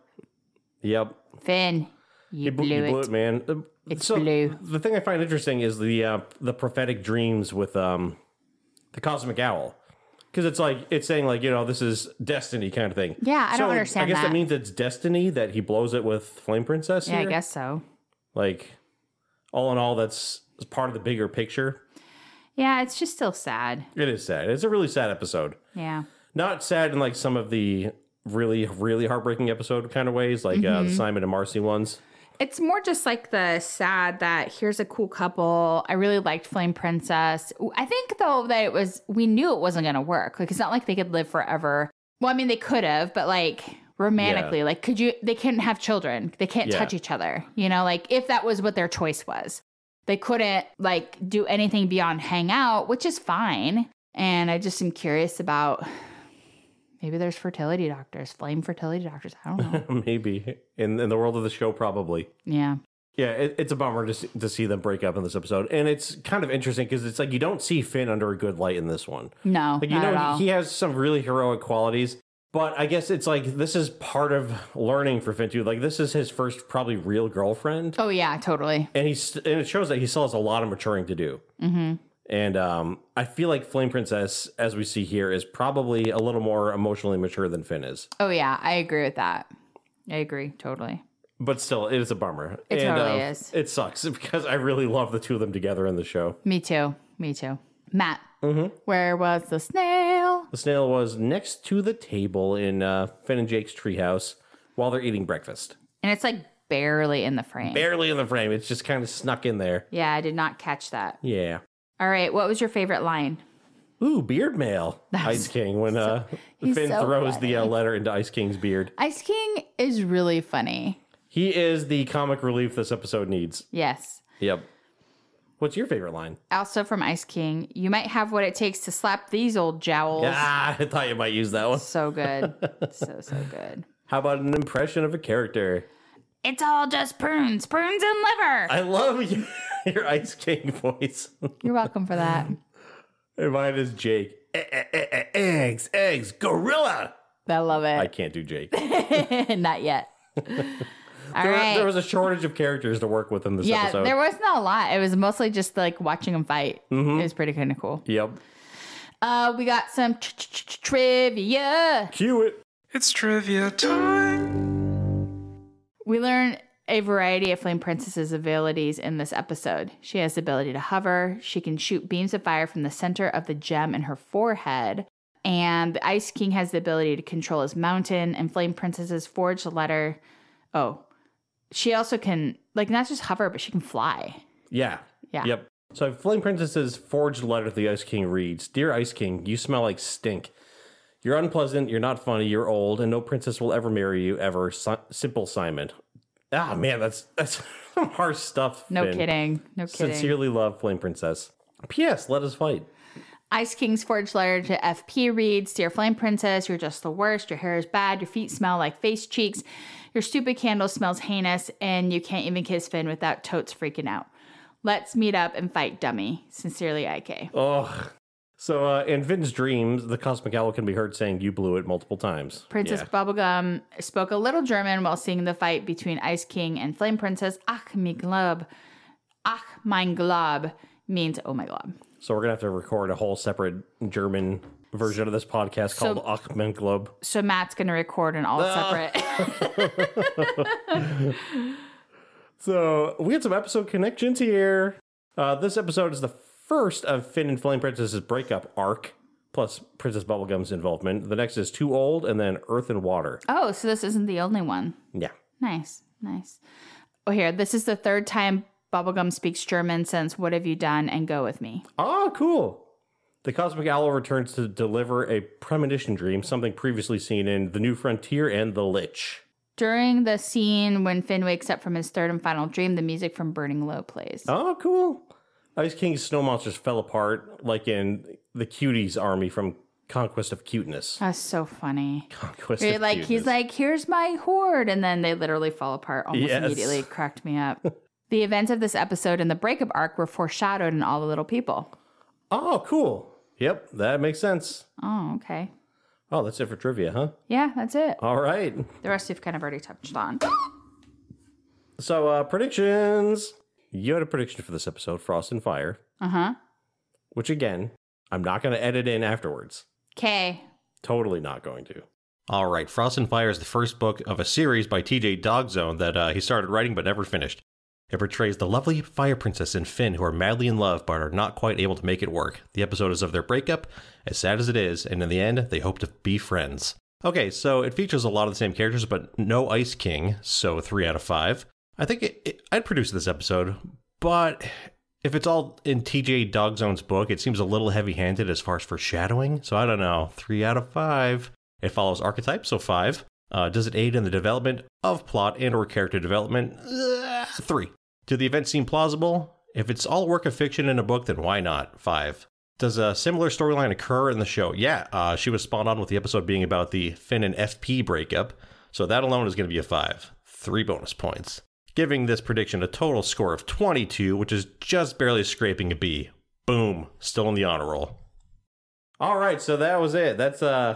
yep. Finn, you, bl- blew, you it. blew it, man. Uh, It's blue. The thing I find interesting is the uh, the prophetic dreams with um, the cosmic owl, because it's like it's saying like you know this is destiny kind of thing. Yeah, I don't understand I guess that. that. means it's destiny that he blows it with Flame Princess. Yeah, I here? guess so. Like, all in all, that's part of the bigger picture. Yeah, it's just still sad. It is sad. It's a really sad episode. Yeah. Not sad in like some of the really really heartbreaking episode kind of ways, like uh, the Mm-hmm. Simon and Marcy ones. *laughs* It's more just like the sad that here's a cool couple. I really liked Flame Princess. I think though that it was we knew it wasn't gonna work. Like it's not like they could live forever. Well, I mean they could have, but like romantically, like could you they couldn't have children. They can't Yeah. touch each other. You know, like if that was what their choice was. They couldn't like do anything beyond hang out, which is fine. And I just am curious about maybe there's fertility doctors, flame fertility doctors. I don't know. *laughs* Maybe in in the world of the show, probably. yeah. Yeah, it, it's a bummer to see, to see them break up in this episode, and it's kind of interesting because it's like you don't see Finn under a good light in this one. No. Like you not at know, all. he, he has some really heroic qualities, but I guess it's like this is part of learning for Finn too. Like this is his first probably real girlfriend, Oh yeah, totally. and he's and it shows that he still has a lot of maturing to do. Mm-hmm. And um, I feel like Flame Princess, as we see here, is probably a little more emotionally mature than Finn is, Oh yeah, I agree with that. I agree totally. but still, it is a bummer. It and, uh, totally is. It sucks *laughs* because I really love the two of them together in the show. Me too. Me too. Matt, Mm-hmm. where was the snail? The snail was next to the table in uh, Finn and Jake's treehouse while they're eating breakfast. And it's like barely in the frame. Barely in the frame. It's just kind of snuck in there. yeah, I did not catch that. Yeah. All right, what was your favorite line? Ooh, beard mail. Ice King when uh, *laughs* he's Finn so throws funny. the uh, letter into Ice King's beard. Ice King is really funny. He is the comic relief this episode needs. Yes. Yep. What's your favorite line? Also from Ice King, you might have what it takes to slap these old jowls. Ah, I thought you might use that one. So *laughs* good. so, so good. How about an impression of a character? It's all just prunes, prunes and liver. I love *laughs* your, your Ice King voice. *laughs* You're welcome for that. And mine is Jake. Eh, eh, eh, eh, Eggs, eggs, gorilla. I love I it. can't do Jake. *laughs* There, Not *laughs* yet. All right. there was a shortage of characters to work with in this yeah, episode. there wasn't a lot. It was mostly just like watching them fight. Mm-hmm. It was pretty kind of cool. yep. Uh, we got some tr- tr- tr- trivia. Cue it. It's trivia time. We learn a variety of Flame Princess's abilities in this episode. She has the ability to hover, she can shoot beams of fire from the center of the gem in her forehead, and the Ice King has the ability to control his mountain, and Flame Princess's forged letter. Oh, she also can, like, not just hover, but she can fly. Yeah. Yeah. Yep. So Flame Princess's forged letter to the Ice King reads Dear Ice King, you smell like stink. You're unpleasant, you're not funny, you're old, and no princess will ever marry you ever. Si- Simple Simon. Ah, man, that's that's *laughs* some harsh stuff. No Finn. kidding. No kidding. Sincerely love Flame Princess. P.S. Let us fight. Ice King's forged letter to FP reads Dear Flame Princess, you're just the worst. Your hair is bad. Your feet smell like face cheeks. Your stupid candle smells heinous. And you can't even kiss Finn without totes freaking out. Let's meet up and fight, dummy. Sincerely, IK. Oh, Ugh. So uh, in Finn's dreams, the Cosmic Owl can be heard saying "You blew it" multiple times. Princess Yeah. Bubblegum spoke a little German while seeing the fight between Ice King and Flame Princess. Ach, mein Glob. Ach, mein Glob means, oh my glob. So we're gonna have to record a whole separate German version of this podcast So- called Achman Club. So Matt's going to record an all separate. So we had some episode connections here. Uh, this episode is the first of Finn and Flame Princess's breakup arc, plus Princess Bubblegum's involvement. The next is Too Old, and then Earth and Water. oh, so this isn't the only one. Yeah. Nice, nice. Oh, here, this is the third time Bubblegum speaks German since What Have You Done and Go With Me. Ah, cool. The Cosmic Owl returns to deliver a premonition dream, something previously seen in The New Frontier and The Lich. During the scene when Finn wakes up from his third and final dream, the music from Burning Low plays. Oh, cool. Ice King's snow monsters fell apart, like in the Cuties army from Conquest of Cuteness. That's so funny. Conquest You're of like he's Cuteness. like, here's my hoard, and then they literally fall apart almost Yes. immediately. It cracked me *laughs* up. the events of this episode and the breakup arc were foreshadowed in All the Little People. oh, cool. Yep, that makes sense. Oh, okay. Oh, that's it for trivia, huh? Yeah, that's it. All right. The rest you've kind of already touched on. *gasps* So, uh, predictions. You had a prediction for this episode, Frost and Fire, Uh huh. which again, I'm not going to edit in afterwards. Okay. Totally not going to. All right, Frost and Fire is the first book of a series by TJ Dogzone that uh, he started writing but never finished. It portrays the lovely Fire Princess and Finn who are madly in love but are not quite able to make it work. The episode is of their breakup, as sad as it is, and in the end, they hope to be friends. Okay, so it features a lot of the same characters, but no Ice King, so three out of five. I think it, it, I'd produce this episode, but if it's all in TJ Dogzone's book, it seems a little heavy handed as far as foreshadowing, so I don't know. Three out of five. It follows archetypes, so five. Uh, does it aid in the development of plot and or character development? Uh, three. Do the events seem plausible? If it's all work of fiction in a book, then why not? Five. Does a similar storyline occur in the show? Yeah, uh, she was spot on with the episode being about the Finn and FP breakup, so that alone is going to be a five. Three bonus points. Giving this prediction a total score of 22, which is just barely scraping a B. Boom. Still in the honor roll. All right, so that was it. That's uh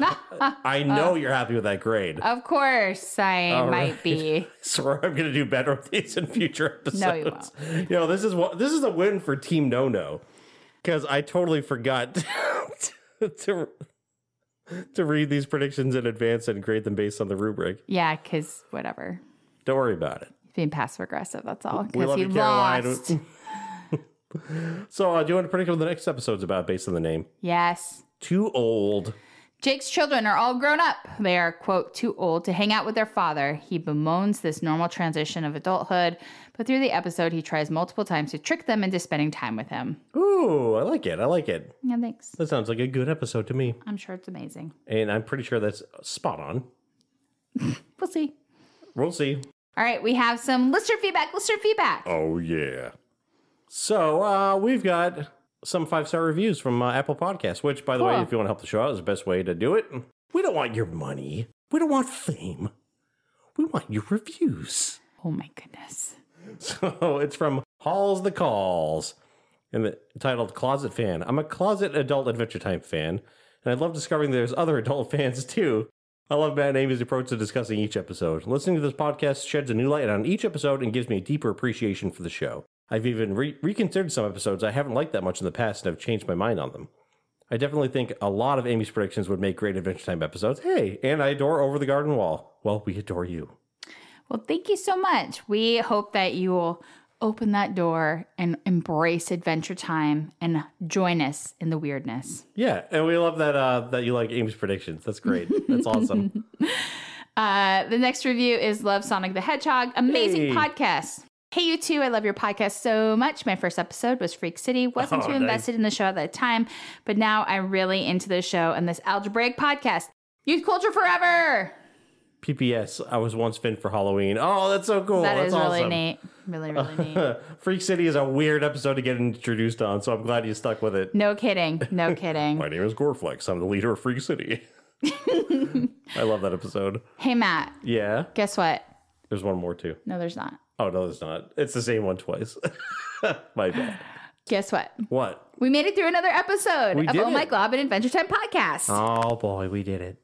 I know you're happy with that grade. Of course, I All might right. be. swear I'm gonna do better with these in future episodes. *laughs* No, you You know, this is what this is a win for Team No No because I totally forgot *laughs* to, to to read these predictions in advance and grade them based on the rubric. Yeah, because whatever. Don't worry about it. Being passive aggressive, that's all. We Because love he you, Caroline. *laughs* lost. *laughs* so, uh, do you want to predict what the next episode's about based on the name? Yes. Too old. Jake's children are all grown up. They are, quote, too old to hang out with their father. He bemoans this normal transition of adulthood, but through the episode, he tries multiple times to trick them into spending time with him. Ooh, I like it. I like it. Yeah, thanks. That sounds like a good episode to me. I'm sure it's amazing. And I'm pretty sure that's spot on. We'll see. We'll see. All right, we have some listener feedback. Listener feedback. Oh, yeah. So uh, we've got some five star reviews from uh, Apple Podcasts, which, by the way, Cool. if you want to help the show out, is the best way to do it. We don't want your money. We don't want fame. We want your reviews. Oh my goodness. *laughs* So it's from Halls the Calls and the, titled Closet Fan. I'm a closet adult adventure time fan, and I love discovering there's other *laughs* adult fans too. I love Matt and Amy's approach to discussing each episode. Listening to this podcast sheds a new light on each episode and gives me a deeper appreciation for the show. I've even re- reconsidered some episodes I haven't liked that much in the past and have changed my mind on them. I definitely think a lot of Amy's predictions would make great Adventure Time episodes. Hey, and I adore Over the Garden Wall. Well, we adore you. Well, thank you so much. We hope that you will open that door and embrace adventure time and join us in the weirdness. Yeah, and we love that uh, that you like Amy's predictions. That's great. *laughs* That's awesome. Uh, the next review is Love Sonic the Hedgehog. Amazing Hey. podcast. Hey, you two. I love your podcast so much. My first episode was Freak City. Wasn't Oh, too nice. invested in the show at that time, but now I'm really into this show and this algebraic podcast. Youth culture forever. PPS. I was once Finn for Halloween. Oh, that's so cool. That that's is awesome. Uh, really neat. Really, *laughs* really neat. Freak City is a weird episode to get introduced on, so I'm glad you stuck with it. No kidding. No kidding. My name is Goreflex. I'm the leader of *laughs* Freak City. I love that episode. hey, Matt. Yeah, Guess what? there's one more too. No, there's not. Oh no, there's not. It's the same one twice. *laughs* My bad. Guess what? What? We made it through another episode We of did Oh My it. Glob and Adventure Time podcast. *laughs* Oh boy, we did it.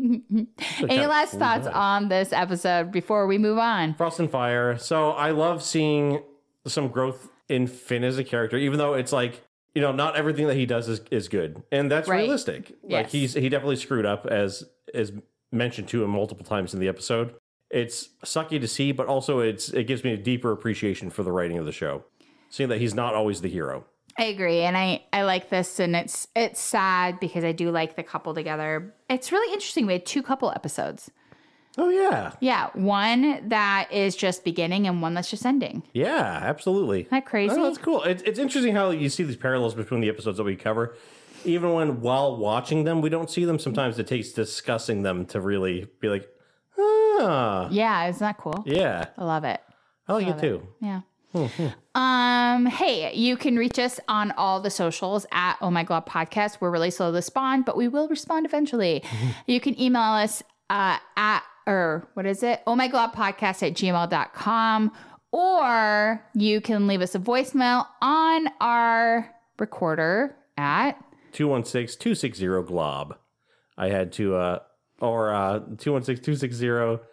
Any last thoughts on this episode before we move on? Frost and Fire. So I love seeing some growth in Finn as a character, even though it's like you know not everything that he does is, is good, and that's Right. realistic. Like Yes. he's he definitely screwed up as as mentioned to him multiple times in the episode. It's sucky to see, but also it's it gives me a deeper appreciation for the writing of the show, seeing that he's not always the hero. I agree, and I I like this, and it's it's sad because I do like the couple together. It's really interesting. We had two couple episodes. Oh yeah, Yeah, one that is just beginning, and one that's just ending. yeah, absolutely. Isn't that crazy? Oh, that's cool. It's, it's interesting how you see these parallels between the episodes that we cover. Even when while watching them, we don't see them. Sometimes it takes discussing them to really be like, ah, yeah, isn't that cool? yeah, I love it. I like it too. Yeah. Um, hey, you can reach us on all the socials at Oh My God Podcast. We're really slow to respond, but we will respond eventually. you can email us uh, at, or what is it? Oh My God Podcast at gmail.com. Or you can leave us a voicemail on our recorder at 216 260 Glob. I had to, uh, or uh, 216 260.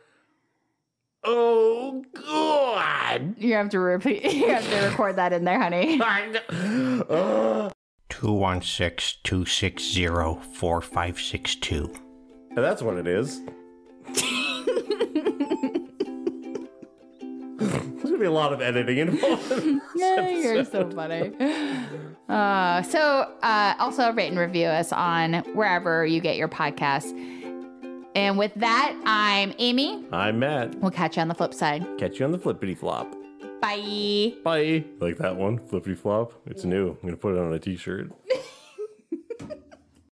Oh, God. you have to repeat *laughs* you have to record that in there, honey. *laughs* I know. *gasps* Ugh. 216 260 4562. That's what it is. There's gonna be a lot of editing involved. *laughs* Yay, you're so funny. Uh, so, uh, also rate and review us on wherever you get your podcasts. And with that, I'm Amy. I'm Matt. We'll catch you on the flip side. Catch you on the flippity flop. Bye. Bye. Like that one, flippity flop. It's new. I'm gonna put it on a t-shirt.